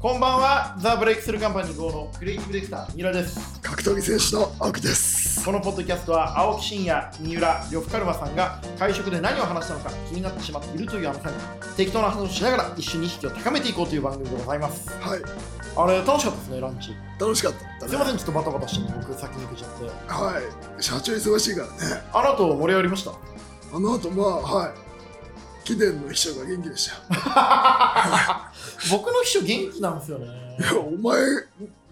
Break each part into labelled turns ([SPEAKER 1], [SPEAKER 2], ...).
[SPEAKER 1] こんばんは、ザ・ブレイクスルーカンパニー GO のクリエイティブディレクター、三浦です。
[SPEAKER 2] 格闘技選手の青木です。
[SPEAKER 1] このポッドキャストは、青木真也、三浦、呂布カルマさんが会食で何を話したのか気になってしまっているというあなたに、適当な話をしながら一緒に意識を高めていこうという番組でございます。
[SPEAKER 2] はい、
[SPEAKER 1] あれ、楽しかったですね、ランチ。
[SPEAKER 2] 楽しかった、
[SPEAKER 1] すいません、ちょっとバタバタしちゃって、僕先に行けちゃって。
[SPEAKER 2] はい、社長忙しいからね。
[SPEAKER 1] あの後、盛り上がりました。
[SPEAKER 2] あの後、まあ、はい。貴殿の秘書が元気でした
[SPEAKER 1] 僕の秘書元気なんですよね。
[SPEAKER 2] いや。お前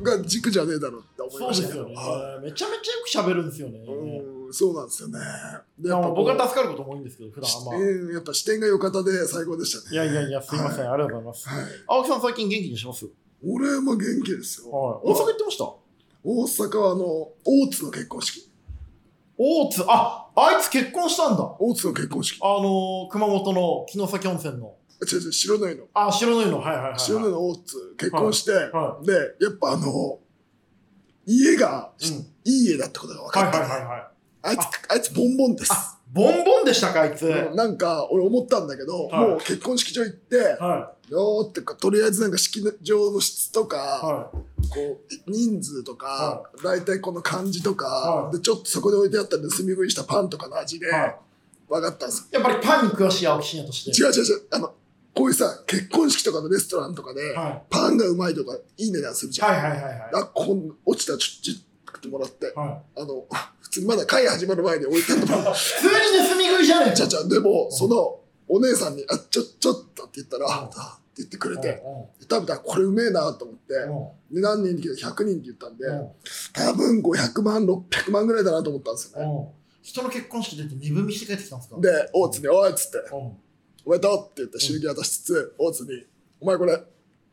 [SPEAKER 2] が軸じゃねえだろって思い
[SPEAKER 1] そう
[SPEAKER 2] ま
[SPEAKER 1] で
[SPEAKER 2] した
[SPEAKER 1] す
[SPEAKER 2] け
[SPEAKER 1] よ
[SPEAKER 2] ど。
[SPEAKER 1] ね
[SPEAKER 2] は。
[SPEAKER 1] めちゃめちゃよく喋るんですよね。
[SPEAKER 2] いうん、そうなんですよね。で
[SPEAKER 1] いや
[SPEAKER 2] やっぱ
[SPEAKER 1] も
[SPEAKER 2] こ
[SPEAKER 1] う
[SPEAKER 2] う
[SPEAKER 1] 僕は助かることも多いんですけど、普段あんま。い
[SPEAKER 2] うんやっぱ視点が良かったで最高でしたね。
[SPEAKER 1] やいやいや、すいません、ありがとうございます。
[SPEAKER 2] はい。
[SPEAKER 1] 青木さん、最近元気にしますはい。
[SPEAKER 2] 俺も元気ですよ。
[SPEAKER 1] 大阪行ってました
[SPEAKER 2] 大阪はあの、大津の結婚式。
[SPEAKER 1] 大津、あ、あいつ結婚したんだ。あ
[SPEAKER 2] 大津の結婚式。
[SPEAKER 1] のー、熊本の城崎温泉の。
[SPEAKER 2] 違う違う、白の湯の。
[SPEAKER 1] あ、白の湯の、はいはいはい、はい。
[SPEAKER 2] 白根の大津結婚して、
[SPEAKER 1] は
[SPEAKER 2] でやっぱあの家が、
[SPEAKER 1] うん
[SPEAKER 2] いい家だってことが分
[SPEAKER 1] は
[SPEAKER 2] か
[SPEAKER 1] い
[SPEAKER 2] った、
[SPEAKER 1] はいはいはい。
[SPEAKER 2] あいつあいつボンボンです
[SPEAKER 1] あ、ボンボンでしたか、あいつ。はい
[SPEAKER 2] もう。なんか俺思ったんだけど、
[SPEAKER 1] はい
[SPEAKER 2] もう結婚式場行って、
[SPEAKER 1] は
[SPEAKER 2] よーってかとりあえずなんか式場の質とか、
[SPEAKER 1] い。
[SPEAKER 2] こう人数とか、
[SPEAKER 1] は
[SPEAKER 2] 大体この感じとか、
[SPEAKER 1] はい
[SPEAKER 2] でちょっとそこで置いてあった盗み食いしたパンとかの味で、
[SPEAKER 1] はい
[SPEAKER 2] 分かったんです
[SPEAKER 1] やっぱりパンに詳しい青木真也として。
[SPEAKER 2] よ違う違う違うあのこういうさ結婚式とかのレストランとかで、
[SPEAKER 1] は
[SPEAKER 2] パンがうまいとかいい値段する
[SPEAKER 1] い。
[SPEAKER 2] じゃん、
[SPEAKER 1] はいはいはいはい。
[SPEAKER 2] あこん落ちたらちょっとちょっと食ってもらって
[SPEAKER 1] はい
[SPEAKER 2] あの普通にまだ会始まる前に置いてあったもん
[SPEAKER 1] 普通に盗み食いじゃねえ
[SPEAKER 2] ちゃ
[SPEAKER 1] っ
[SPEAKER 2] ちゃでもそのお姉さんに「あちょちょっと」って言ったら「ああ」って言ってくれて食べたらこれうめえなと思ってで何人で来た100人って言ったんで多分500万600万ぐらいだなと思ったんですよね
[SPEAKER 1] 人の結婚式出て身分見して帰ってきたんですか
[SPEAKER 2] で大津に「おい」っつって
[SPEAKER 1] うん
[SPEAKER 2] 「おめでとう」って言って祝儀渡しつつ大津に「お前これ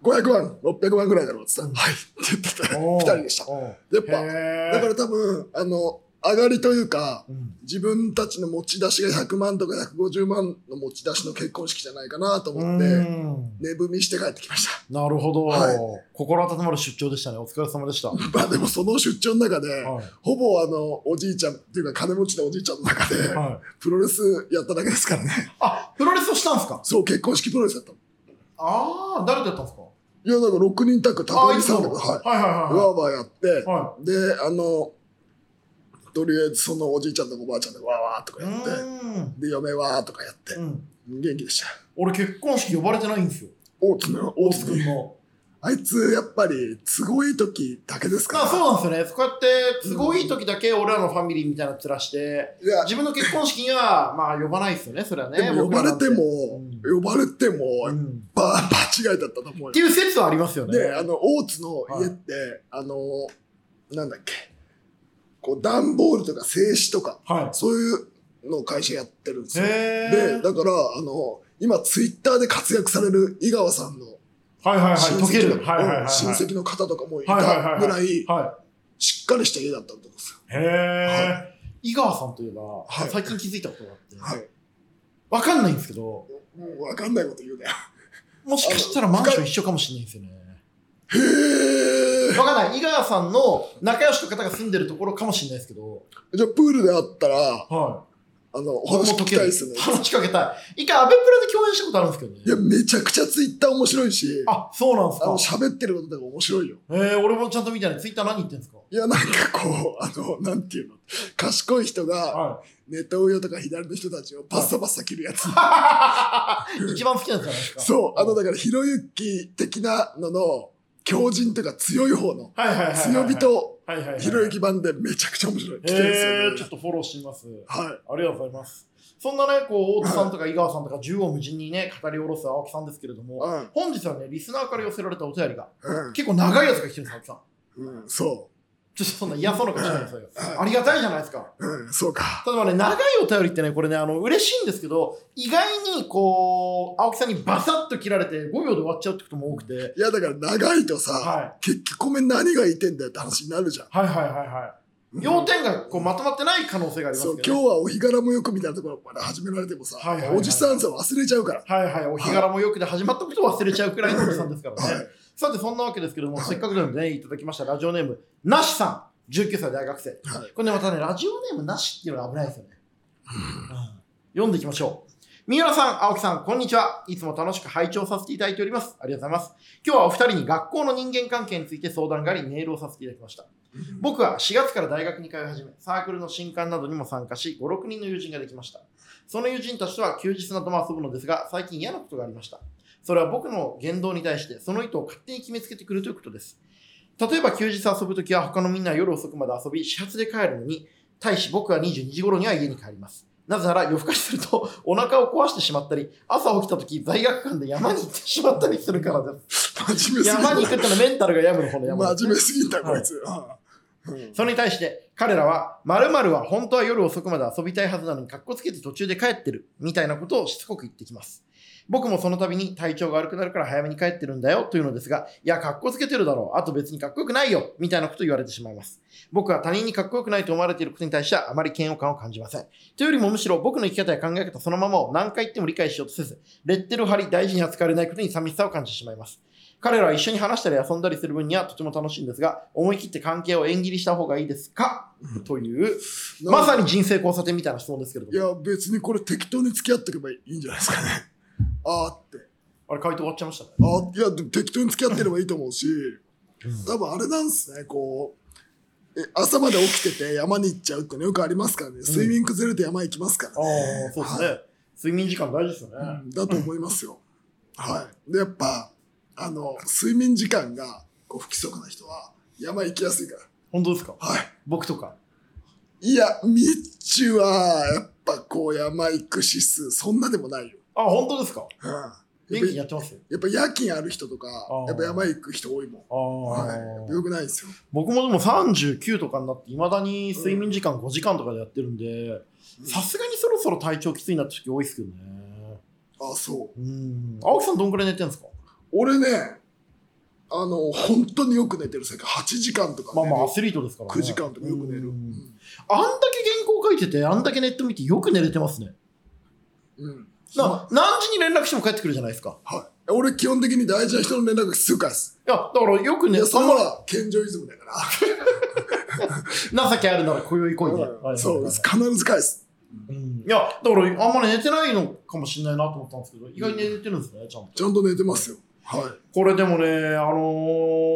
[SPEAKER 2] 500万600万ぐらいだろ」っつって「はい」って言ってて2人でした
[SPEAKER 1] うん
[SPEAKER 2] やっぱ
[SPEAKER 1] へー
[SPEAKER 2] だから多分あの上がりというか
[SPEAKER 1] うん
[SPEAKER 2] 自分たちの持ち出しが100万とか150万の持ち出しの結婚式じゃないかなと思って、
[SPEAKER 1] うん
[SPEAKER 2] 寝踏みして帰ってきました
[SPEAKER 1] なるほど、
[SPEAKER 2] はい
[SPEAKER 1] 心温まる出張でしたね。お疲れ様でした。はい
[SPEAKER 2] まあでもその出張の中で、ほぼあのおじいちゃんっていうか金持ちのおじいちゃんの中で、
[SPEAKER 1] はい
[SPEAKER 2] プロレスやっただけですからね
[SPEAKER 1] あ、プロレスをしたんですか
[SPEAKER 2] そう結婚式プロレスやったの
[SPEAKER 1] ああ、誰とやったんですか
[SPEAKER 2] いやだから6人タッグ
[SPEAKER 1] あ
[SPEAKER 2] 高木さんとかは
[SPEAKER 1] は
[SPEAKER 2] い
[SPEAKER 1] いはいは
[SPEAKER 2] わーわーやって、
[SPEAKER 1] い。は
[SPEAKER 2] であのとりあえずそのおじいちゃんとかおばあちゃんでわーわーと
[SPEAKER 1] い。
[SPEAKER 2] か
[SPEAKER 1] う
[SPEAKER 2] やって、
[SPEAKER 1] ーん
[SPEAKER 2] で嫁わーとかやって
[SPEAKER 1] うん。
[SPEAKER 2] 元気でした
[SPEAKER 1] 俺結婚式呼ばれてないんですよ。
[SPEAKER 2] 大津の大津の
[SPEAKER 1] 君の。
[SPEAKER 2] あいつ、やっぱり、都合いい時だけですか
[SPEAKER 1] ま
[SPEAKER 2] ら。
[SPEAKER 1] あそうなんですよね。こうやって都合いい時だけ俺らのファミリーみたいな面して、
[SPEAKER 2] いや、
[SPEAKER 1] 自分の結婚式にはまあ呼ばないですよね。それはね。
[SPEAKER 2] でも呼ばれても、
[SPEAKER 1] 僕ら
[SPEAKER 2] 呼ばれても、
[SPEAKER 1] なんてうん
[SPEAKER 2] ば、場違いだったと思う
[SPEAKER 1] って
[SPEAKER 2] よ。
[SPEAKER 1] いう説はありますよね。
[SPEAKER 2] で、あの、大津の家って、あの、なんだっけ、こう、段ボールとか静止とか、
[SPEAKER 1] は
[SPEAKER 2] そういうのを会社やってるんですよ。
[SPEAKER 1] へ
[SPEAKER 2] で、
[SPEAKER 1] え。
[SPEAKER 2] だから、あの、今、ツイッターで活躍される井川さんの
[SPEAKER 1] はいはいはい。
[SPEAKER 2] 親
[SPEAKER 1] 溶け
[SPEAKER 2] 戚
[SPEAKER 1] る。
[SPEAKER 2] の,、
[SPEAKER 1] はいはいはい。
[SPEAKER 2] 親戚の方とかもい
[SPEAKER 1] はいはいはいは
[SPEAKER 2] た
[SPEAKER 1] い
[SPEAKER 2] ぐらい、
[SPEAKER 1] はい。
[SPEAKER 2] しっかりした家だったと思うんですよ。
[SPEAKER 1] へえ、井川さんといえば、
[SPEAKER 2] い
[SPEAKER 1] 最近気づいたことがあって、
[SPEAKER 2] はい。
[SPEAKER 1] わかんないんですけど、
[SPEAKER 2] もう、わかんないこと言うね。
[SPEAKER 1] もしかしたらマンション一緒かもしれないんですよね。
[SPEAKER 2] へー。
[SPEAKER 1] わかんない。井川さんの仲良しの方が住んでるところかもしれないですけど、
[SPEAKER 2] じゃあ、プールで会ったら、
[SPEAKER 1] は
[SPEAKER 2] あの、お
[SPEAKER 1] い。
[SPEAKER 2] 話聞きたいですね。
[SPEAKER 1] 話しかけたい。一回アベプラで共演したことあるんですけどね。
[SPEAKER 2] いや、めちゃくちゃツイッター面白いし、あ
[SPEAKER 1] あ、そうなん
[SPEAKER 2] の、
[SPEAKER 1] ですか。
[SPEAKER 2] 喋ってることとか面白いよ。
[SPEAKER 1] えー、俺もちゃんと見たね。ツイッター何言ってんですか
[SPEAKER 2] いや、なんかこう、あの、なんていうの、賢い人が、
[SPEAKER 1] は
[SPEAKER 2] ネトウヨとか左の人たちをバッサバッサ切るやつ。
[SPEAKER 1] い。一番好きなやつじゃないですか。
[SPEAKER 2] そう、あの、だから、ひろゆき的なのの、強靭というか強い方の、
[SPEAKER 1] はいはいはいはい。
[SPEAKER 2] 強人、
[SPEAKER 1] はいはいはい。
[SPEAKER 2] ひろゆき版でめちゃくちゃ面白い。来てるんですよ
[SPEAKER 1] えー、
[SPEAKER 2] ね
[SPEAKER 1] ちょっとフォローしてみます。
[SPEAKER 2] はい。
[SPEAKER 1] ありがとうございます。そんなね、こう、大津さんとか井川さんとか、縦横無尽にね、語り下ろす青木さんですけれども、
[SPEAKER 2] うん
[SPEAKER 1] 本日はね、リスナーから寄せられたお便りが、
[SPEAKER 2] うん
[SPEAKER 1] 結構長いやつが来てるんです、青木さん。
[SPEAKER 2] うん、そ
[SPEAKER 1] ちょっとそんな嫌そうな顔しないでくださいよ
[SPEAKER 2] はい
[SPEAKER 1] ありがたいじゃないですか。
[SPEAKER 2] う。うん、そうか。
[SPEAKER 1] ただまあね、長いお便りってね、これね、あの、嬉しいんですけど、意外に、こう、青木さんにバサッと切られて、5秒で終わっちゃうってことも多くて、
[SPEAKER 2] いや、だから、長いとさ、
[SPEAKER 1] は
[SPEAKER 2] 結局、お前何が言いてんだよって話になるじゃん。
[SPEAKER 1] はいはいはいは要点がこうまとまってない可能性がありま
[SPEAKER 2] そう
[SPEAKER 1] すけ
[SPEAKER 2] 今
[SPEAKER 1] ど、ね。
[SPEAKER 2] 日はお日柄もよくみたいなところから始められてもさ、
[SPEAKER 1] はいはいはい
[SPEAKER 2] おじさんさ忘れちゃうから。
[SPEAKER 1] はいはい、お日柄もよくで始まったことを忘れちゃうくらいのおじさんですからね。
[SPEAKER 2] はい、
[SPEAKER 1] さてそんなわけですけども、
[SPEAKER 2] はい
[SPEAKER 1] せっかくなのでねいただきましたラジオネームなしさん19歳大学生
[SPEAKER 2] はい
[SPEAKER 1] これねまたねラジオネームなしっていうのは危ないですよね、うん読んでいきましょう三浦さん、青木さん、こんにちは。いつも楽しく拝聴させていただいております。ありがとうございます。今日はお二人に学校の人間関係について相談があり、メールをさせていただきました。僕は4月から大学に通い始め、サークルの新刊などにも参加し、5、6人の友人ができました。その友人たちとは休日なども遊ぶのですが、最近嫌なことがありました。それは僕の言動に対して、その意図を勝手に決めつけてくるということです。例えば休日遊ぶときは他のみんなは夜遅くまで遊び、始発で帰るのに、対し僕は22時頃には家に帰ります。なぜなら夜更かしするとお腹を壊してしまったり、朝起きたとき罪悪感で山に行ってしまったりするからで
[SPEAKER 2] 真面目
[SPEAKER 1] す。
[SPEAKER 2] すぎ
[SPEAKER 1] 山に行
[SPEAKER 2] た
[SPEAKER 1] くってのはメンタルが病むの方の山です
[SPEAKER 2] 真面目すぎたこいつ、うん
[SPEAKER 1] それに対して彼らは〇〇は本当は夜遅くまで遊びたいはずなのにかっこつけて途中で帰ってるみたいなことをしつこく言ってきます。僕もその度に体調が悪くなるから早めに帰ってるんだよというのですが、いや、かっこつけてるだろう。あと別にかっこよくないよ。みたいなことを言われてしまいます。僕は他人にかっこよくないと思われていることに対してはあまり嫌悪感を感じません。というよりもむしろ僕の生き方や考え方そのままを何回言っても理解しようとせず、レッテルを貼り大事に扱われないことに寂しさを感じてしまいます。彼らは一緒に話したり遊んだりする分にはとても楽しいんですが、思い切って関係を縁切りした方がいいですかという、まさに人生交差点みたいな質問ですけれど
[SPEAKER 2] い
[SPEAKER 1] も。
[SPEAKER 2] や別にこれ適当に付き合っていけばいいんじゃないですかね あーって
[SPEAKER 1] あれ、回答終わっちゃいましたね。
[SPEAKER 2] あーいやでも適当に付き合ってればいいと思うし多分あれなんですねこうえ朝まで起きてて山に行っちゃうってのよくありますからね睡眠崩れて山行きますから
[SPEAKER 1] ああ、そうですね。睡眠時間大事ですよね。
[SPEAKER 2] だと思いますよ。はい。で、やっぱ、あの、睡眠時間がこう不規則な人は山行きやすいから。
[SPEAKER 1] 本当ですか
[SPEAKER 2] は
[SPEAKER 1] 僕とか。
[SPEAKER 2] い。いや、ミッチは、やっぱこう山行く指数、そんなでもないよ。
[SPEAKER 1] あ、本当ですか
[SPEAKER 2] うん。や
[SPEAKER 1] 元気にやってます
[SPEAKER 2] っぱ夜勤ある人とか
[SPEAKER 1] あ、ー
[SPEAKER 2] やっぱ山行く人多いもん。
[SPEAKER 1] ああ、
[SPEAKER 2] はい。よくないんですよ。
[SPEAKER 1] 僕もでも39とかになって、いまだに睡眠時間5時間とかでやってるんで、
[SPEAKER 2] ん
[SPEAKER 1] さすがにそろそろ体調きついなって時多いですけどね。
[SPEAKER 2] あ、そう。
[SPEAKER 1] うん。青木さんどんくらい寝てるんですか
[SPEAKER 2] 俺ね、あの、本当によく寝てる世界。8時間とか、
[SPEAKER 1] ま
[SPEAKER 2] ね
[SPEAKER 1] あまあアスリートですからね。
[SPEAKER 2] 9時間とかよく寝る。
[SPEAKER 1] う
[SPEAKER 2] うんん。
[SPEAKER 1] あんだけ原稿書いてて、あんだけネット見てよく寝れてますね。
[SPEAKER 2] うん
[SPEAKER 1] な何時に連絡しても帰ってくるじゃないですか。
[SPEAKER 2] はい、俺基本的に大事な人の連絡すぐ返す。
[SPEAKER 1] いや、だからよく
[SPEAKER 2] い
[SPEAKER 1] ね、
[SPEAKER 2] や、それ
[SPEAKER 1] あんま
[SPEAKER 2] は健常イズムだから。
[SPEAKER 1] 情けあるなら今宵来いね。はい
[SPEAKER 2] そう、必ず返す。
[SPEAKER 1] うんいや、だからあんまり寝てないのかもしれないなと思ったんですけど、意外に寝てるんですね、ちゃんと。
[SPEAKER 2] ちゃんと寝てますよ。は
[SPEAKER 1] これでもね、あのー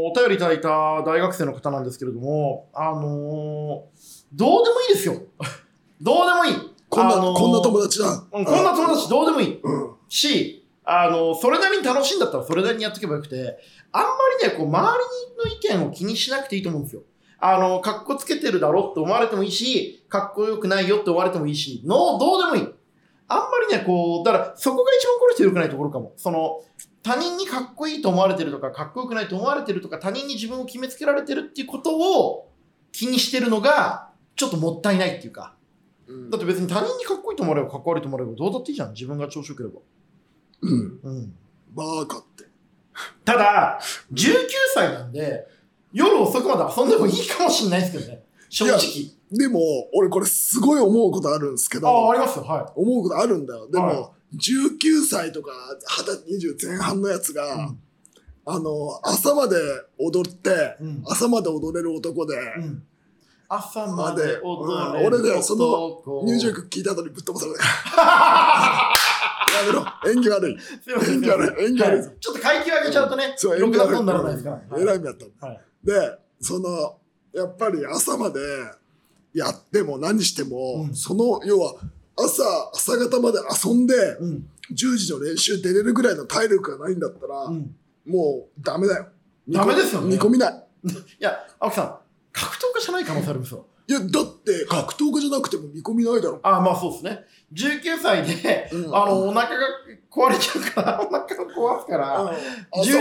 [SPEAKER 1] お便りいただいた大学生の方なんですけれども、あのーどうでもいいですよ。 どうでもいい。
[SPEAKER 2] い。こんな、
[SPEAKER 1] あのー
[SPEAKER 2] こんな友達だ。
[SPEAKER 1] うんこんな友達どうでもいい。
[SPEAKER 2] うん。
[SPEAKER 1] し、あの、それなりに楽しいんだったらそれなりにやっておけばよくて、あんまりね、こう、周りの意見を気にしなくていいと思うんですよ。あの、かっこつけてるだろって思われてもいいし、かっこよくないよって思われてもいいし、の、どうでもいい。あんまりね、こう、だから、そこが一番この人良くないところかも。その、他人にかっこいいと思われてるとか、かっこよくないと思われてるとか、他人に自分を決めつけられてるっていうことを気にしてるのが、ちょっともったいないっていうか。
[SPEAKER 2] うん
[SPEAKER 1] だって別に他人にかっこいいと思われれば、かっこ悪いと思われれば、どうだっていいじゃん。自分が調子よければ。
[SPEAKER 2] うん。
[SPEAKER 1] うん。
[SPEAKER 2] バーカって。
[SPEAKER 1] ただ、19歳なんで、夜遅くまで遊んでもいいかもしれないですけどね。正直。
[SPEAKER 2] でも、俺これすごい思うことあるんですけ
[SPEAKER 1] ああ、あ
[SPEAKER 2] ど、
[SPEAKER 1] りますよ。は
[SPEAKER 2] 思うことあるんだよ。でも、
[SPEAKER 1] は
[SPEAKER 2] 19歳とか、20十20前半のやつ
[SPEAKER 1] い。
[SPEAKER 2] が、あの、朝まで踊って、
[SPEAKER 1] うん。
[SPEAKER 2] 朝まで踊れる男で、
[SPEAKER 1] うん。朝まで踊れ
[SPEAKER 2] うん
[SPEAKER 1] る
[SPEAKER 2] 俺ねその
[SPEAKER 1] 男
[SPEAKER 2] 入場曲聞いた後にぶっ飛ばされ た。やめろ、演技悪い。
[SPEAKER 1] すいません
[SPEAKER 2] 演技悪い。演技悪い
[SPEAKER 1] は。いちょっと階級上げちゃうとね、
[SPEAKER 2] そう、
[SPEAKER 1] ろくなこと
[SPEAKER 2] と
[SPEAKER 1] にならないですから。
[SPEAKER 2] えら
[SPEAKER 1] い。
[SPEAKER 2] い目やったの
[SPEAKER 1] はい
[SPEAKER 2] で、その、やっぱり朝までやっても何しても、
[SPEAKER 1] うん
[SPEAKER 2] その、要は、朝、朝方まで遊んで、
[SPEAKER 1] うん。
[SPEAKER 2] 10時の練習出れるぐらいの体力がないんだったら、
[SPEAKER 1] うん。
[SPEAKER 2] もうダメだよ。
[SPEAKER 1] ダメですよね
[SPEAKER 2] 煮込みない。
[SPEAKER 1] いや、青木さん、格闘家じゃない可能性ありますよ。
[SPEAKER 2] いや、だって、格闘家じゃなくても煮込みないだろ。
[SPEAKER 1] ああ、まあそうですね。19歳で、
[SPEAKER 2] うん
[SPEAKER 1] あの、お腹が壊れちゃうから、お腹を壊すから、
[SPEAKER 2] うん
[SPEAKER 1] 10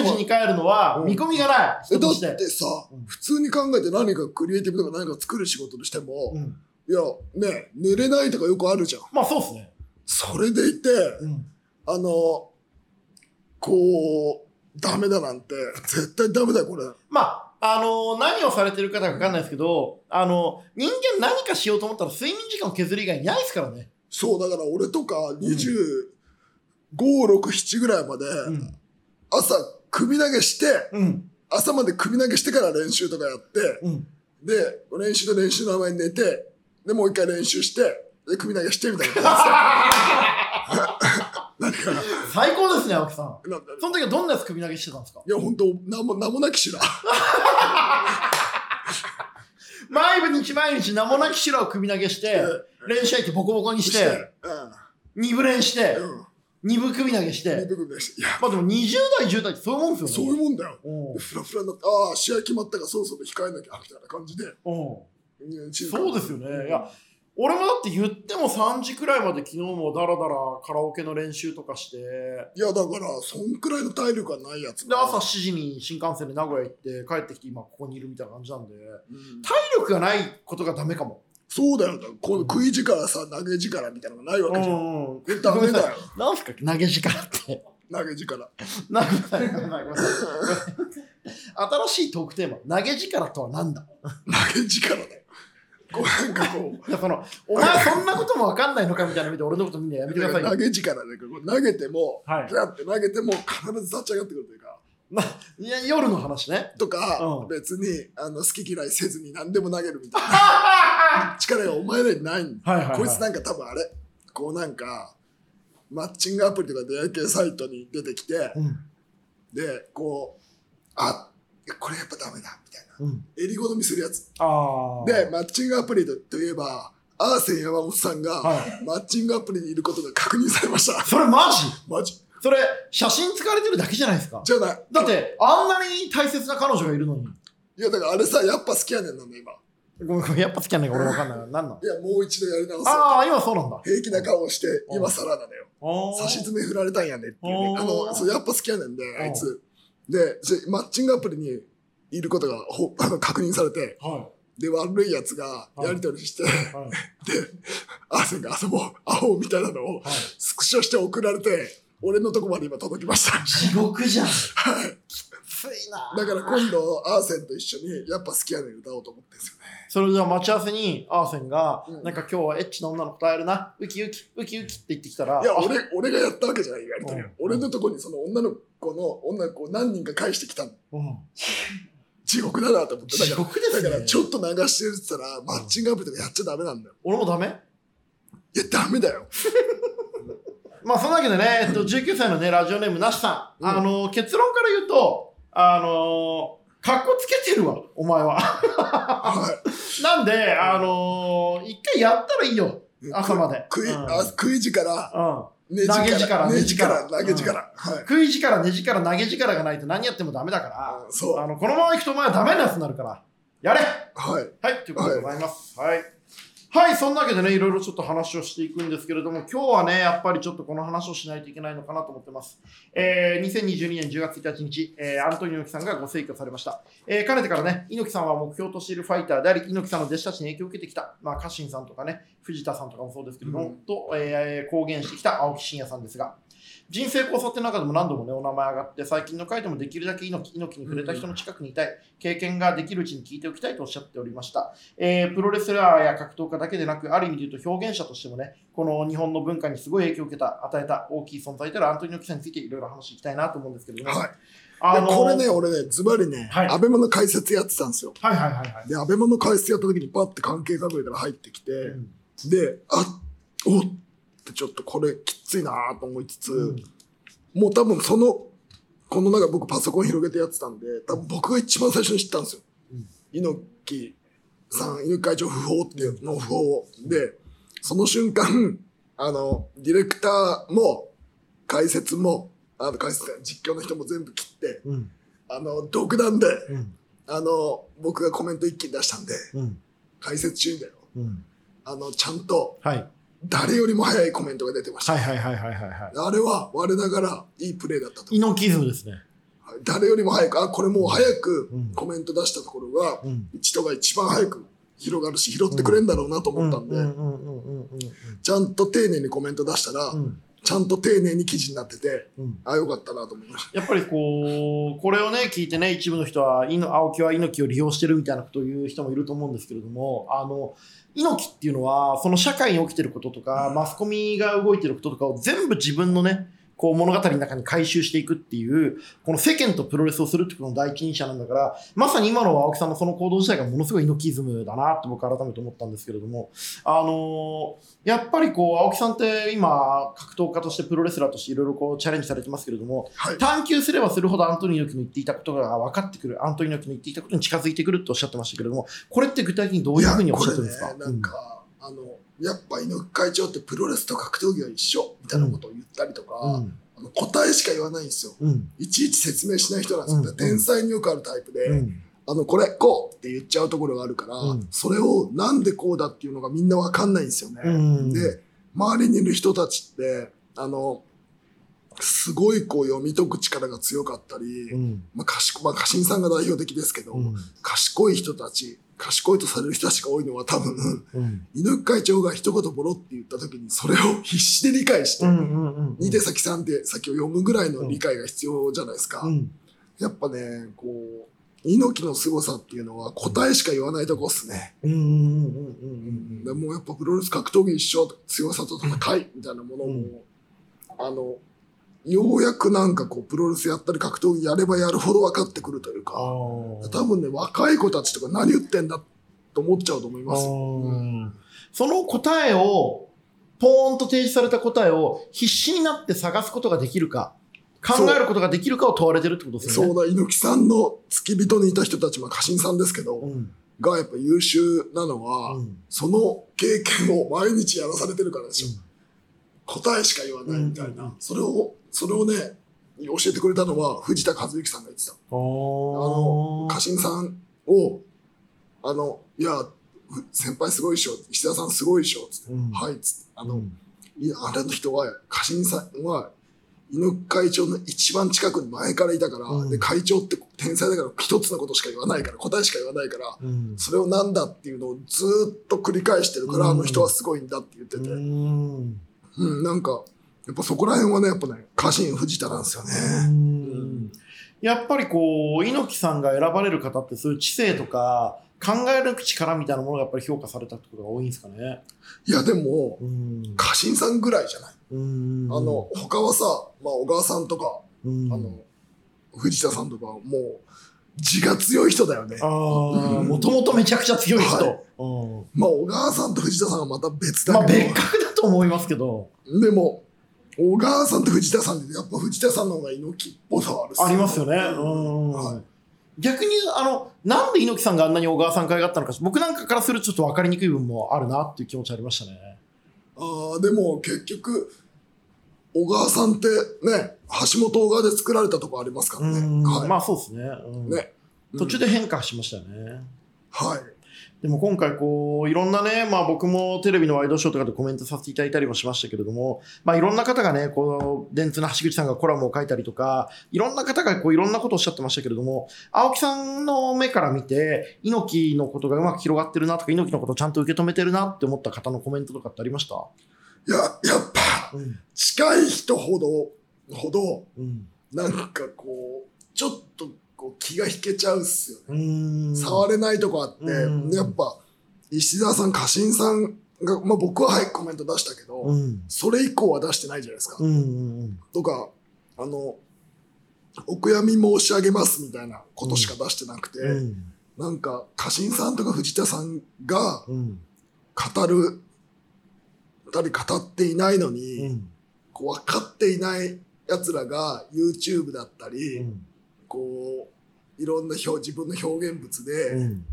[SPEAKER 1] 時に帰るのは
[SPEAKER 2] うん
[SPEAKER 1] 見込みがない。
[SPEAKER 2] え
[SPEAKER 1] 人とし。
[SPEAKER 2] だっててさ、
[SPEAKER 1] うん
[SPEAKER 2] 普通に考えて何かクリエイティブとか何か作る仕事にしても、
[SPEAKER 1] うん
[SPEAKER 2] いや、ね、寝れないとかよくあるじゃん。
[SPEAKER 1] まあそうですね。
[SPEAKER 2] それでいて、
[SPEAKER 1] うん。
[SPEAKER 2] あの、こう、ダメだなんて、絶対ダメだよ、これ。
[SPEAKER 1] まあ、あの何をされてる方かわかんないですけど、あの人間何かしようと思ったら睡眠時間を削る以外ないですからね。
[SPEAKER 2] そう、だから俺とか25、6、7ぐらいまで、
[SPEAKER 1] うん。
[SPEAKER 2] 朝、首投げして、
[SPEAKER 1] うん。
[SPEAKER 2] 朝まで首投げしてから練習とかやって、
[SPEAKER 1] うん。
[SPEAKER 2] で、練習と練習の合間に寝て、で、もう一回練習して、で、首投げしてみたいな。から。
[SPEAKER 1] 最高ですね、青木さん。
[SPEAKER 2] なんだ
[SPEAKER 1] その時はどんな首投げしてたんですか
[SPEAKER 2] いや、本当なんも、なんもなきしら。
[SPEAKER 1] 毎日毎日名もなき白を首投げして、練習相手ボコボコにし
[SPEAKER 2] う
[SPEAKER 1] て、二部練して、
[SPEAKER 2] ん。うん。
[SPEAKER 1] 二部首投げし
[SPEAKER 2] いい
[SPEAKER 1] て、
[SPEAKER 2] 部分だし。いや、
[SPEAKER 1] まあでも20代、10代ってそういうもんです
[SPEAKER 2] そう
[SPEAKER 1] よ
[SPEAKER 2] い
[SPEAKER 1] ね。
[SPEAKER 2] うもんだよ。
[SPEAKER 1] うん
[SPEAKER 2] でフラフラになって、ああ、試合決まったからそろそろ控えなきゃ、みたいな感じで。
[SPEAKER 1] うん
[SPEAKER 2] うん
[SPEAKER 1] そうですよね。いや、俺もだって言っても3時くらいまで昨日もダラダラカラオケの練習とかして、で、
[SPEAKER 2] いや、だから、そんくらいの体力がないやつ。
[SPEAKER 1] 朝7時に新幹線で名古屋行って帰ってきて今ここにいるみたいな感じなんで、
[SPEAKER 2] うん
[SPEAKER 1] 体力がないことがダメかも。
[SPEAKER 2] そうだよ。だからこう食い力さ、投げ力みたいなのがないわ
[SPEAKER 1] う
[SPEAKER 2] けじゃん。
[SPEAKER 1] んうん。
[SPEAKER 2] ダメ
[SPEAKER 1] な
[SPEAKER 2] だよ。
[SPEAKER 1] なんすか投げ時間って。
[SPEAKER 2] 投げ力。
[SPEAKER 1] なごめんなさいごめんなさいごめんなさい新しいトークテーマ、投げ力とは何だ
[SPEAKER 2] 投げ力だよ。こう、なんかこう。
[SPEAKER 1] いやそのお前そんなこともわかんないのかみたいな目で俺のこと見んなやめてくださいよ
[SPEAKER 2] 投。げ力で、こう投げても、
[SPEAKER 1] はい
[SPEAKER 2] ジャって投げても必ず立ち上がってくるというか、
[SPEAKER 1] いや夜の話ね。
[SPEAKER 2] とか、
[SPEAKER 1] うん
[SPEAKER 2] 別にあの好き嫌いせずに何でも投げるみた いな力がお前らにないんだ。
[SPEAKER 1] はいはい、はい。
[SPEAKER 2] こいつなんか多分あれ、こうなんか、マッチングアプリとか出会い系サイトに出てきて、
[SPEAKER 1] うん
[SPEAKER 2] で、こう、あこれやっぱダメだ、みたいな。
[SPEAKER 1] うん、
[SPEAKER 2] 襟好みするやつ。
[SPEAKER 1] ああ。
[SPEAKER 2] で、、マッチングアプリといえば、アーセン山本さんが、
[SPEAKER 1] はい。
[SPEAKER 2] マッチングアプリにいることが確認されました。
[SPEAKER 1] それマジ
[SPEAKER 2] マジ
[SPEAKER 1] それ、写真使われてるだけじゃないですか。
[SPEAKER 2] じゃない。
[SPEAKER 1] だって、あんなに大切な彼女がいるのに。
[SPEAKER 2] いやだからあれさ、やっぱ好きやねんなんだ今。い
[SPEAKER 1] ごめん、ごめんやっぱ好きやねんから俺わかんない。なんなん
[SPEAKER 2] や、もう一度やり直そう。
[SPEAKER 1] ああ、今そうなんだ。
[SPEAKER 2] 平気な顔をして、
[SPEAKER 1] うん
[SPEAKER 2] 今更なのよ。差し詰め振られたんやねっていうね
[SPEAKER 1] う。ん
[SPEAKER 2] あの、そう、やっぱ好きやねんで、
[SPEAKER 1] ん
[SPEAKER 2] あいつ。で、そマッチングアプリにいることがほ あの確認されて、
[SPEAKER 1] は
[SPEAKER 2] で、悪いやつがやりとりして、
[SPEAKER 1] い。はい。
[SPEAKER 2] アーセンが遊ぼう、会おうみたいなのを
[SPEAKER 1] はい、
[SPEAKER 2] スクショして送られて、俺のとこまで今届きました。
[SPEAKER 1] 地獄じゃん。きついな。
[SPEAKER 2] だから今度、アーセンと一緒に、やっぱ好きやねん歌おうと思ってんですよね。
[SPEAKER 1] それじゃあ待ち合わせにアーセンが、
[SPEAKER 2] うん
[SPEAKER 1] なんか今日はエッチな女の子と会えるな、ウキウキ、ウキウキって言ってきたら、
[SPEAKER 2] いや、俺、俺がやったわけじゃないよ、やりとりは
[SPEAKER 1] うん
[SPEAKER 2] 俺のとこにその女の子の、女の子を何人か返してきたの。
[SPEAKER 1] うん、
[SPEAKER 2] 地獄だなと思って。
[SPEAKER 1] 地
[SPEAKER 2] だか
[SPEAKER 1] 獄です
[SPEAKER 2] ら、
[SPEAKER 1] ね。
[SPEAKER 2] だからちょっと流してるって言ったら、マッチングアプリとかやっちゃダメなんだよ。
[SPEAKER 1] 俺もダメ
[SPEAKER 2] いや、ダメだ よ。
[SPEAKER 1] まあ、そんなわけでね、えっと、19歳のね、ラジオネームなしさん。
[SPEAKER 2] うん
[SPEAKER 1] あの、結論から言うと、あの、かっこつけてるわ、お前は。
[SPEAKER 2] は
[SPEAKER 1] なんで、あの、一回やったらいいよ、
[SPEAKER 2] い。
[SPEAKER 1] 朝まで。
[SPEAKER 2] 食い、
[SPEAKER 1] うん
[SPEAKER 2] あ食い力、
[SPEAKER 1] うん。
[SPEAKER 2] ねじ
[SPEAKER 1] 投げ力
[SPEAKER 2] 力、ねじ
[SPEAKER 1] ねじ
[SPEAKER 2] 力、
[SPEAKER 1] 力
[SPEAKER 2] 投げ力。はい。
[SPEAKER 1] 食い力、ねじ力、投げ力がないと何やってもダメだか
[SPEAKER 2] あそう。
[SPEAKER 1] ら、あ
[SPEAKER 2] は
[SPEAKER 1] の、このままいくとお前はダメなやつになるから、やれ
[SPEAKER 2] い。
[SPEAKER 1] はい、ということでございます。はい。はい、そんなわけでね、いろいろちょっと話をしていくんですけれども、今日はね、やっぱりちょっとこの話をしないといけないのかなと思ってます。えー、2022年10月1日、えーアントニオ猪木さんがご逝去されました。えー、かねてからね、猪木さんは目標としているファイターであり、猪木さんの弟子たちに影響を受けてきた、まあ、家臣さんとかね、藤田さんとかもそうですけれども、
[SPEAKER 2] うん
[SPEAKER 1] と、えー、公言してきた青木真也さんですが、人生交差点の中でも何度もね、お名前上がって、最近の回でもできるだけ猪木、猪木に触れた人の近くにいたい、経験ができるうちに聞いておきたいとおっしゃっておりました。えープロレスラーや格闘家だけでなく、ある意味で言うと表現者としてもね、この日本の文化にすごい影響を受けた、与えた大きい存在であるアントニオ記者についていろいろ話していきたいなと思うんですけどね。
[SPEAKER 2] はい。
[SPEAKER 1] あの
[SPEAKER 2] でこれね、俺ね、ズバリね、
[SPEAKER 1] はい
[SPEAKER 2] アベマの解説やってたんですよ。
[SPEAKER 1] はいはいはいはい。
[SPEAKER 2] で、アベマの解説やった時にパッて関係各位から入ってきて、
[SPEAKER 1] うん
[SPEAKER 2] で、あおってちょっとこれきついなと思いつつ、もう多分その、この中僕パソコン広げてやってたんで、多分僕が一番最初に知ったんですよ。
[SPEAKER 1] うん
[SPEAKER 2] 猪木さん、猪木会長不法っていうの不法を。で、その瞬間、あの、ディレクターも、解説も、あの、解説実況の人も全部切って、
[SPEAKER 1] うん
[SPEAKER 2] あの、独断で、
[SPEAKER 1] うん
[SPEAKER 2] あの、僕がコメント一気に出したんで、
[SPEAKER 1] うん
[SPEAKER 2] 解説中だよ。
[SPEAKER 1] うん
[SPEAKER 2] あの、ちゃんと、
[SPEAKER 1] はい
[SPEAKER 2] 誰よりも早いコメントが出てました。
[SPEAKER 1] はいはいはいはいはいは
[SPEAKER 2] あれは、我ながら、いいプレーだったと
[SPEAKER 1] い。。猪木イズムですね。
[SPEAKER 2] 誰よりも早く、あ、これもう早く
[SPEAKER 1] うん
[SPEAKER 2] コメント出したところが、
[SPEAKER 1] うん。
[SPEAKER 2] 人が一番早く広がるし、拾ってくれんだろうなと思ったんで、
[SPEAKER 1] うんうんうんうんうん
[SPEAKER 2] ちゃんと丁寧にコメント出したら、
[SPEAKER 1] うん
[SPEAKER 2] ちゃんと丁寧に記事になってて、
[SPEAKER 1] うん。
[SPEAKER 2] あ、よかったなと思いまし
[SPEAKER 1] やっぱりこう、これをね、聞いてね、一部の人は、いの青木は猪木を利用してるみたいなことを言う人もいると思うんですけれども、あの、猪木っていうのは、その社会に起きてることとか、マスコミが動いてることとかを全部自分のね、こう物語の中に回収していくっていう、この世間とプロレスをするってことの第一人者なんだから、まさに今の青木さんのその行動自体がものすごい猪木イズムだなって僕改めて思ったんですけれども、あのーやっぱりこう青木さんって今格闘家としてプロレスラーとしていろいろこうチャレンジされてますけれども、
[SPEAKER 2] はい
[SPEAKER 1] 探求すればするほどアントニー猪木の言っていたことが分かってくる、アントニー猪木の言っていたことに近づいてくるとおっしゃってましたけれども、これって具体的にどういうふうにおっしゃってるんですか
[SPEAKER 2] いやこれねなんか、あのやっぱ猪木会長ってプロレスと格闘技は一緒みたいなことを言ったりとか、
[SPEAKER 1] うん
[SPEAKER 2] あの答えしか言わないんですよ
[SPEAKER 1] うん
[SPEAKER 2] いちいち説明しない人なんですよ、
[SPEAKER 1] うんうん
[SPEAKER 2] 天才によくあるタイプで、
[SPEAKER 1] うん
[SPEAKER 2] あのこれこうって言っちゃうところがあるから、
[SPEAKER 1] うん
[SPEAKER 2] それをなんでこうだっていうのがみんなわかんないんですよね、
[SPEAKER 1] うん
[SPEAKER 2] で周りにいる人たちってあのすごいこう読み解く力が強かったり、
[SPEAKER 1] うん
[SPEAKER 2] まあ、賢まあ家臣さんが代表的ですけど、
[SPEAKER 1] うん
[SPEAKER 2] 賢い人たち賢いとされる人たちが多いのは多分
[SPEAKER 1] うん
[SPEAKER 2] 猪木会長が一言ボロって言った時にそれを 必死で理解して、
[SPEAKER 1] うんうんうん
[SPEAKER 2] 2手先3手先を読むぐらいの理解が必要じゃないですか、
[SPEAKER 1] うん
[SPEAKER 2] やっぱねこう猪木の凄さっていうのは答えしか言わないとこっすね、
[SPEAKER 1] うんうんうんうんうん
[SPEAKER 2] でもうやっぱプロレス格闘技一緒強さと戦いみたいなものも、
[SPEAKER 1] うん
[SPEAKER 2] あのようやくなんかこうプロレスやったり格闘技やればやるほど分かってくるというか
[SPEAKER 1] あー
[SPEAKER 2] 多分ね若い子たちとか何言ってんだと思っちゃうと思いますよ
[SPEAKER 1] うんその答えを、ポーンと提示された答えを必死になって探すことができるか、考えることができるかを問われてるってことですよ
[SPEAKER 2] そ
[SPEAKER 1] ね。
[SPEAKER 2] うだ猪木さんの付き人にいた人たち、まあ、家臣さんですけど、
[SPEAKER 1] うん
[SPEAKER 2] がやっぱ優秀なのは、
[SPEAKER 1] うん
[SPEAKER 2] その経験を毎日やらされてるからでしょ、
[SPEAKER 1] うん
[SPEAKER 2] 答えしか言わないみた
[SPEAKER 1] うん
[SPEAKER 2] いな、
[SPEAKER 1] うんうん
[SPEAKER 2] それをそれをね教えてくれたのは藤田和之さんが言ってたあの家臣さんをあのいや先輩すごいでしょ石田さんすごいでしょつって、
[SPEAKER 1] うん
[SPEAKER 2] はいっつってあの、
[SPEAKER 1] うん
[SPEAKER 2] いやあれの人は家臣さんは猪木会長の一番近くに前からいたから、
[SPEAKER 1] うん
[SPEAKER 2] で会長って天才だから一つのことしか言わないから答えしか言わないから
[SPEAKER 1] うん
[SPEAKER 2] それをなんだっていうのをずーっと繰り返してるから、
[SPEAKER 1] うん
[SPEAKER 2] あの人はすごいんだって言ってて、うん
[SPEAKER 1] うん
[SPEAKER 2] なんかやっぱそこら辺はねやっぱね家臣藤田なんですよね。
[SPEAKER 1] うんやっぱりこう猪木さんが選ばれる方ってそういう知性とか考える力みたいなものがやっぱり評価されたってことが多いんですかね。
[SPEAKER 2] いやでも
[SPEAKER 1] うん
[SPEAKER 2] 家臣さんぐらいじゃない、
[SPEAKER 1] うん
[SPEAKER 2] あの他はさ、まあ、小川さんとか、
[SPEAKER 1] うん
[SPEAKER 2] あの藤田さんとかはもう字が強い人だよね。
[SPEAKER 1] あ
[SPEAKER 2] うん
[SPEAKER 1] もともとめちゃくちゃ強い人、
[SPEAKER 2] はい
[SPEAKER 1] うん
[SPEAKER 2] まあ小川さんと藤田さんはまた別
[SPEAKER 1] ま
[SPEAKER 2] だ
[SPEAKER 1] あ
[SPEAKER 2] けど、
[SPEAKER 1] 別格だと思いますけど
[SPEAKER 2] でも小川さんと藤田さんでやっぱ藤田さんの方が猪木っぽさはあるっ
[SPEAKER 1] ありますよね、
[SPEAKER 2] う
[SPEAKER 1] うん
[SPEAKER 2] んはい
[SPEAKER 1] 逆にあのなんで猪木さんがあんなに小川さんからがったのか僕なんかからするとちょっと分かりにくい部分もあるなっていう気持ちありましたね。
[SPEAKER 2] あーでも結局小川さんってね橋本小川で作られたとこありますからね、
[SPEAKER 1] うん
[SPEAKER 2] はい
[SPEAKER 1] まあそうですね,、うん
[SPEAKER 2] ねうん
[SPEAKER 1] 途中で変化しましたよね。
[SPEAKER 2] はい
[SPEAKER 1] でも今回こういろんなね、まあ、僕もテレビのワイドショーとかでコメントさせていただいたりもしましたけれども、まあ、いろんな方がねこう電通の橋口さんがコラムを書いたりとかいろんな方がこういろんなことをおっしゃってましたけれども青木さんの目から見て猪木のことがうまく広がってるなとか猪木のことをちゃんと受け止めてるなって思った方のコメントとかってありました
[SPEAKER 2] いややっぱ
[SPEAKER 1] うん
[SPEAKER 2] 近い人ほどほど
[SPEAKER 1] うん
[SPEAKER 2] なんかこうちょっとこう気が引けちゃうっすよね、
[SPEAKER 1] うん
[SPEAKER 2] 触れないとこあって、
[SPEAKER 1] うん
[SPEAKER 2] でやっぱ石澤さん家臣さんが、まあ、僕ははいコメント出したけど、
[SPEAKER 1] うん
[SPEAKER 2] それ以降は出してないじゃないですか、
[SPEAKER 1] うんうん
[SPEAKER 2] とかあのお悔やみ申し上げますみたいなことしか出してなくて、
[SPEAKER 1] うん
[SPEAKER 2] なんか家臣さんとか藤田さんが
[SPEAKER 1] うん
[SPEAKER 2] 語るたり語っていないの
[SPEAKER 1] う
[SPEAKER 2] に、
[SPEAKER 1] ん
[SPEAKER 2] こう分かっていないやつらが YouTube だったり、
[SPEAKER 1] うん
[SPEAKER 2] こういろんな表自分の表現物で
[SPEAKER 1] うん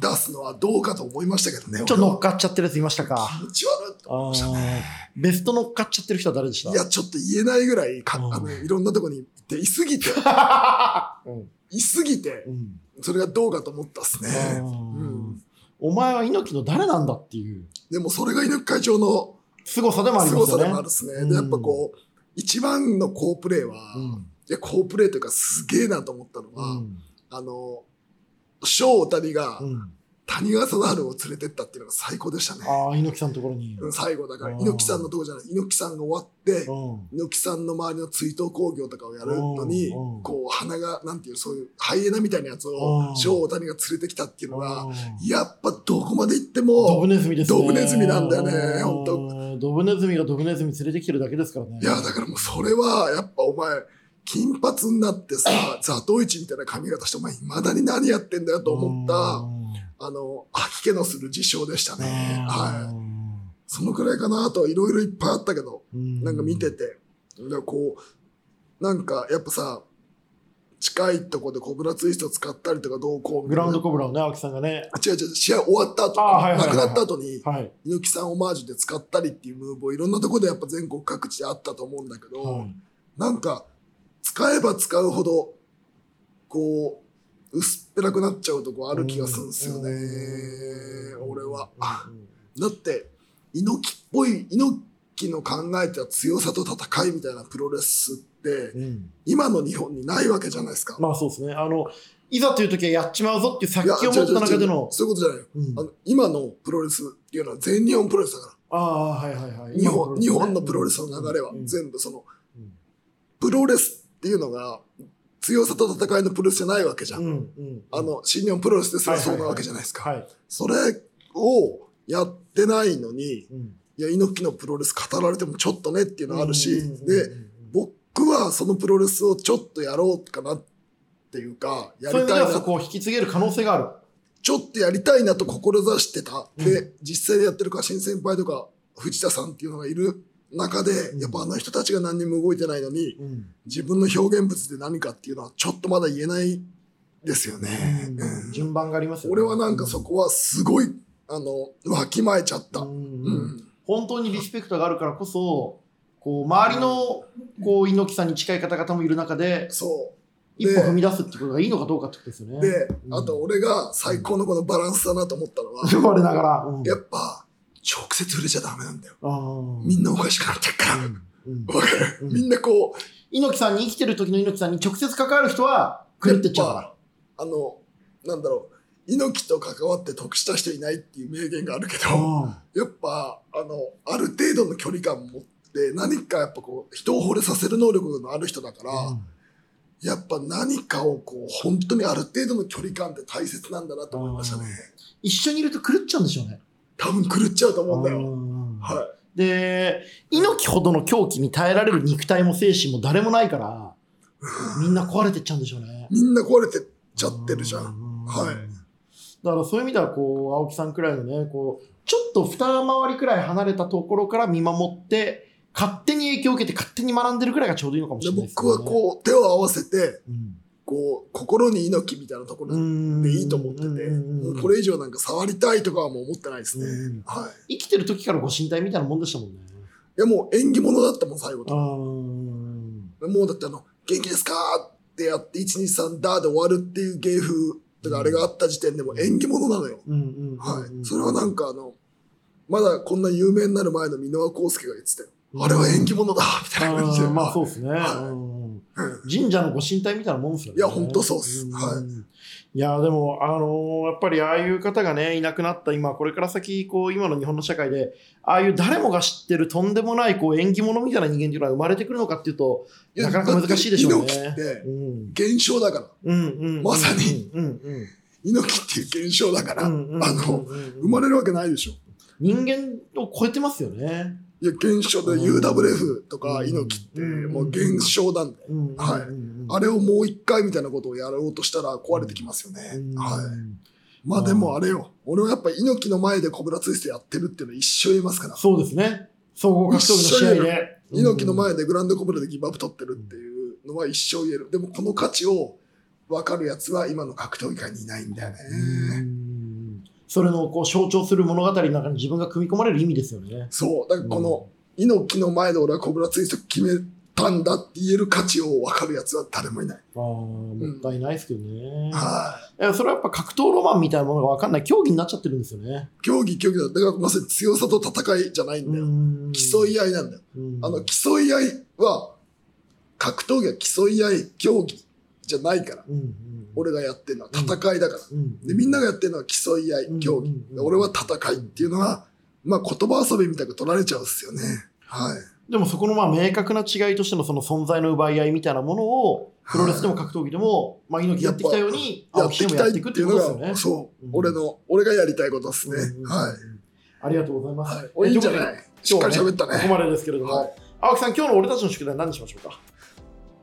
[SPEAKER 2] 出すのはどうかと思いましたけどね
[SPEAKER 1] ちょっと
[SPEAKER 2] 俺
[SPEAKER 1] 乗
[SPEAKER 2] は
[SPEAKER 1] っかっちゃってるやついましたか
[SPEAKER 2] 気持ち悪いと思いました
[SPEAKER 1] あーベスト乗っかっちゃってる人は誰でした
[SPEAKER 2] いやちょっと言えないぐらいか
[SPEAKER 1] うん
[SPEAKER 2] あのいろんなとこに行っていすぎて
[SPEAKER 1] うん
[SPEAKER 2] いすぎて
[SPEAKER 1] うん
[SPEAKER 2] それがどうかと思ったっすね、ん
[SPEAKER 1] お前は猪木の誰なんだっていう
[SPEAKER 2] でもそれが猪木会長の
[SPEAKER 1] 凄さでもあります
[SPEAKER 2] 凄さ
[SPEAKER 1] よ
[SPEAKER 2] で
[SPEAKER 1] ね
[SPEAKER 2] もあるっすね。
[SPEAKER 1] うん
[SPEAKER 2] でやっぱこう一番の好プレーは、
[SPEAKER 1] うん
[SPEAKER 2] いや好プレーというかすげえなと思ったの
[SPEAKER 1] う
[SPEAKER 2] は、
[SPEAKER 1] ん
[SPEAKER 2] あの翔谷が
[SPEAKER 1] うん
[SPEAKER 2] 谷川貞治を連れてったっていうのが最高でしたね。
[SPEAKER 1] ああ猪木さんのところに
[SPEAKER 2] うん最後だから
[SPEAKER 1] うん
[SPEAKER 2] 猪木さんのとこじゃない猪木さんが終わって
[SPEAKER 1] うん
[SPEAKER 2] 猪木さんの周りの追悼興行とかをやるのに
[SPEAKER 1] うん
[SPEAKER 2] こう鼻がなんていうそういうハイエナみたいなやつ
[SPEAKER 1] う
[SPEAKER 2] を
[SPEAKER 1] ん
[SPEAKER 2] 翔谷が連れてきたっていうのが
[SPEAKER 1] うん
[SPEAKER 2] やっぱどこまで行って
[SPEAKER 1] ド
[SPEAKER 2] も
[SPEAKER 1] ブネズミですね
[SPEAKER 2] ドブネズミなんだよねほんと
[SPEAKER 1] うね、ドブネズミがドブネズミ連れてきてるだけですからね。
[SPEAKER 2] いや、だからもうそれは、やっぱお前、金髪になってさ、ザトウイチみたいな髪型して、お前、未だに何やってんだよと思った、あの、吐き気のする事象でしたね。はい。そのくらいかな、あとはいろいろいっぱいあったけど、
[SPEAKER 1] い
[SPEAKER 2] なんか見てて、でこう、なんかやっぱさ、近いとこでコブラツイスト使ったりとか、どうこう
[SPEAKER 1] グラウンドコブラをね、青木さんがね。
[SPEAKER 2] 違う違う、試合終わった後、
[SPEAKER 1] あーはいはいはいはい
[SPEAKER 2] 亡くなった後に、
[SPEAKER 1] はい。
[SPEAKER 2] 猪木さんオマージュで使ったりっていうムーブをいろんなとこでやっぱ全国各地であったと思うんだけど、
[SPEAKER 1] はい
[SPEAKER 2] なんか使えば使うほどこう薄っぺらくなっちゃうとこある気がするんですよね、
[SPEAKER 1] うん
[SPEAKER 2] 俺は。
[SPEAKER 1] うんうん
[SPEAKER 2] だって猪木っぽい猪木の考えた強さと戦いみたいなプロレスって
[SPEAKER 1] うん
[SPEAKER 2] 今の日本にないわけじゃないですか。
[SPEAKER 1] まあそうですね。あの、いざという時はやっちまうぞっていう
[SPEAKER 2] いや
[SPEAKER 1] 殺気を持った中での。
[SPEAKER 2] そういうことじゃないよ
[SPEAKER 1] うん
[SPEAKER 2] あの今のプロレスっていうのは全日本プロレスだから。
[SPEAKER 1] ああ、はいはいはい。
[SPEAKER 2] 日本日本のプロレスの流れは全部そのプロレスっていうのが強さと戦いのプロレスじゃないわけじゃん、
[SPEAKER 1] うんうん。
[SPEAKER 2] あ、の新日本プロレスですら
[SPEAKER 1] はいはいは
[SPEAKER 2] そう
[SPEAKER 1] い
[SPEAKER 2] なわけじゃないですか、
[SPEAKER 1] はい。
[SPEAKER 2] それをやってないのに
[SPEAKER 1] うん
[SPEAKER 2] いや猪木のプロレス語られてもちょっとねっていうのあるし、
[SPEAKER 1] うんうんうん
[SPEAKER 2] で僕はそのプロレスをちょっとやろうかなっていうかや
[SPEAKER 1] そういう意味
[SPEAKER 2] りた
[SPEAKER 1] で
[SPEAKER 2] い
[SPEAKER 1] はそ
[SPEAKER 2] な
[SPEAKER 1] こを引き継げる可能性がある。
[SPEAKER 2] ちょっとやりたいなと志してた、
[SPEAKER 1] うん
[SPEAKER 2] で実際でやってるから新先輩とか藤田さんっていうのがいる中で、
[SPEAKER 1] うん
[SPEAKER 2] やっぱあの人たちが何にも動いてないのに
[SPEAKER 1] うん
[SPEAKER 2] 自分の表現物で何かっていうのはちょっとまだ言えないですよね。
[SPEAKER 1] うん順番がありますよ、
[SPEAKER 2] 俺はなんかそこはすごいあのわきまえちゃった。
[SPEAKER 1] う
[SPEAKER 2] うんん
[SPEAKER 1] 本当にリスペクトがあるからこそ、こう周りのこう猪木さんに近い方々もいる中で、
[SPEAKER 2] そ
[SPEAKER 1] 一歩踏み出すってことがいいのかどうかってことですよね。
[SPEAKER 2] う で
[SPEAKER 1] う、ん
[SPEAKER 2] あと俺が最高のこのバランスだなと思ったのは、
[SPEAKER 1] 生まれながら。うん
[SPEAKER 2] やっぱ直接触れちゃダメなんだよ。
[SPEAKER 1] あー
[SPEAKER 2] みんなおかしくなってっから。
[SPEAKER 1] うん
[SPEAKER 2] わかる、
[SPEAKER 1] うん
[SPEAKER 2] みんなこう、
[SPEAKER 1] 猪木さんに生きてる時の猪木さんに直接関わる人は狂ってっちゃうから。
[SPEAKER 2] あの、なんだろう、猪木と関わって得した人いないっていう名言があるけど、
[SPEAKER 1] う
[SPEAKER 2] やっぱあのある程度の距離感持って何かやっぱこう人を惚れさせる能力のある人だから、
[SPEAKER 1] ん
[SPEAKER 2] やっぱ何かをこう本当にある程度の距離感って大切なんだなと思いましたね
[SPEAKER 1] 一緒にいると狂っちゃうんでしょうね。
[SPEAKER 2] 多分狂っちゃうと思うんだよ、
[SPEAKER 1] うん
[SPEAKER 2] は
[SPEAKER 1] で、猪木ほどの狂気に耐えられる肉体も精神も誰もないから、みんな壊れてっちゃうんでしょうね。
[SPEAKER 2] い、みんな壊れてっちゃってるじゃん
[SPEAKER 1] ん
[SPEAKER 2] はい
[SPEAKER 1] だからそういう意味ではこう青木さんくらいのねこうちょっと二回りくらい離れたところから見守って勝手に影響を受けて勝手に学んでるくらいがちょうどいいのかもし
[SPEAKER 2] で
[SPEAKER 1] れないです、ね、
[SPEAKER 2] 僕はこう手を合わせて
[SPEAKER 1] うん
[SPEAKER 2] こう心に猪木みたいなとこ
[SPEAKER 1] う
[SPEAKER 2] ろ
[SPEAKER 1] ん
[SPEAKER 2] でいいと思ってて、
[SPEAKER 1] うん
[SPEAKER 2] もうこれ以上なんか触りたいとかはもう思ってないですね、
[SPEAKER 1] うん
[SPEAKER 2] はい
[SPEAKER 1] 生きてる時からご身体みたいなもんでしたもんね
[SPEAKER 2] いやもう縁起物だったもん最後と
[SPEAKER 1] あー
[SPEAKER 2] もうだってあの、元気ですかってやって、123ダーで終わるっていう芸風とか、あれがあった時点でも縁起物なのよ。
[SPEAKER 1] うんうんうん
[SPEAKER 2] はい。それはなんかあの、まだこんな有名になる前の箕輪康介が言ってたよ。
[SPEAKER 1] うん
[SPEAKER 2] あれは縁起物だみたいな感じで。
[SPEAKER 1] あーまあそうですね、
[SPEAKER 2] はい
[SPEAKER 1] うん
[SPEAKER 2] うん
[SPEAKER 1] 神社のご神体みたいなもんですよね。
[SPEAKER 2] いやほんとそうっす
[SPEAKER 1] ん。
[SPEAKER 2] はい
[SPEAKER 1] や、でも、あのーやっぱりああいう方がね、いなくなった今、これから先、こう、今の日本の社会で、ああいう誰もが知ってるとんでもない、こう、縁起物みたいな人間っていうのは生まれてくるのかっていうと、
[SPEAKER 2] いや
[SPEAKER 1] なかなか難しいでしょうね。
[SPEAKER 2] だって猪木って、
[SPEAKER 1] うん。
[SPEAKER 2] 現象だから。
[SPEAKER 1] うんうんうん。
[SPEAKER 2] まさに。
[SPEAKER 1] うんうん。
[SPEAKER 2] 猪木っていう現象だから、
[SPEAKER 1] うんうんうん
[SPEAKER 2] あの、生まれるわけないでしょ。
[SPEAKER 1] 人間を超えてますよね。
[SPEAKER 2] いや、現象で UWF とか
[SPEAKER 1] うん
[SPEAKER 2] 猪木って、
[SPEAKER 1] うん
[SPEAKER 2] もう現象なんだよ。
[SPEAKER 1] うんうんうん
[SPEAKER 2] はいあれをもう一回みたいなことをやろうとしたら壊れてきますよね。
[SPEAKER 1] うん
[SPEAKER 2] はい。まあでもあれよ、俺はやっぱ猪木の前でコブラツイストやってるっていうのは一生言いますから、
[SPEAKER 1] そうですね。総合格闘技の試合で。
[SPEAKER 2] 猪木の前でグランドコブラでギブアップ取ってるっていうのは一生言える。でもこの価値を分かるやつは今の格闘技界にいないんだよね。
[SPEAKER 1] うんそれのこう象徴する物語の中に自分が組み込まれる意味ですよね。
[SPEAKER 2] そう、だからこの猪木の前で俺はコブラツイスト決めたんだって言える価値を分かるやつは誰もいない。
[SPEAKER 1] ああ、もったいないですけどね。
[SPEAKER 2] はい。
[SPEAKER 1] いやそれはやっぱ格闘ロマンみたいなものが分かんない競技になっちゃってるんですよね。
[SPEAKER 2] 競技競技だ。だからまさに強さと戦いじゃないんだよ。
[SPEAKER 1] うん
[SPEAKER 2] 競い合いなんだよ。
[SPEAKER 1] うん
[SPEAKER 2] あの、競い合いは、格闘技は競い合い競技じゃないから。
[SPEAKER 1] うんうん
[SPEAKER 2] 俺がやってるのは戦いだから、
[SPEAKER 1] うん
[SPEAKER 2] でみんながやってるのは競い合い、競技、
[SPEAKER 1] うん
[SPEAKER 2] で俺は戦いっていうのは、まあ、言葉遊びみたいに取られちゃうんですよねはい
[SPEAKER 1] でもそこのまあ明確な違いとしてのその存在の奪い合いみたいなものをプロレスでも格闘技でも、まあ、猪木やってきたように
[SPEAKER 2] や
[SPEAKER 1] 青
[SPEAKER 2] っ
[SPEAKER 1] 木
[SPEAKER 2] て
[SPEAKER 1] で
[SPEAKER 2] い
[SPEAKER 1] も
[SPEAKER 2] き
[SPEAKER 1] やっ
[SPEAKER 2] たいってて
[SPEAKER 1] いくっ
[SPEAKER 2] い
[SPEAKER 1] ていううこ
[SPEAKER 2] の
[SPEAKER 1] とです
[SPEAKER 2] が
[SPEAKER 1] よね。
[SPEAKER 2] そう、
[SPEAKER 1] うん
[SPEAKER 2] 俺の俺がやりたいことですね、
[SPEAKER 1] うん
[SPEAKER 2] はい
[SPEAKER 1] ありがとうございます。
[SPEAKER 2] はい、おいいんじゃないしっかり喋った
[SPEAKER 1] ここ
[SPEAKER 2] ね。
[SPEAKER 1] までですけれども、
[SPEAKER 2] はい
[SPEAKER 1] 青木さん、今日の俺たちの宿題何にしましょ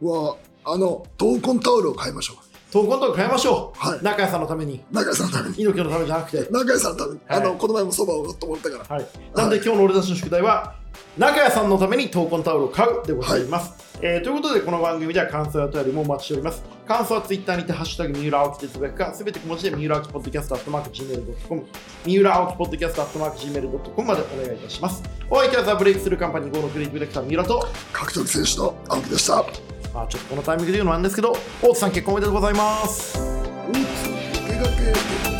[SPEAKER 1] うか
[SPEAKER 2] は、あの、闘魂タオルを買いましょう。
[SPEAKER 1] 闘魂とか変えましょう、
[SPEAKER 2] はい
[SPEAKER 1] 中谷さんのために、
[SPEAKER 2] 中井さんのために。
[SPEAKER 1] 猪木のためじゃなくて。
[SPEAKER 2] 中井さんのために。
[SPEAKER 1] はい
[SPEAKER 2] あの、この前もそばをおごってもらったから。
[SPEAKER 1] はい、なんで今日の俺たちの宿題は中谷さんのために闘魂タオルを買うでございます、えーということでこの番組では感想やお便りもお待ちしております感想はツイッターにて「ハッシュタグ三浦青木哲学」かすべて小文字で三浦青木ポッドキャストアットマーク Gmail.com 三浦青木ポッドキャストアットマーク Gmail.com までお願いいたしますお相手はザ・ブレイクスルーカンパニー GO のクリエイティブディレクター三浦と、
[SPEAKER 2] 格闘技選手の青木でした。
[SPEAKER 1] まあ、ちょっとこのタイミングで言うのなんですけど大津さん結婚おめでとうございます
[SPEAKER 2] お手掛け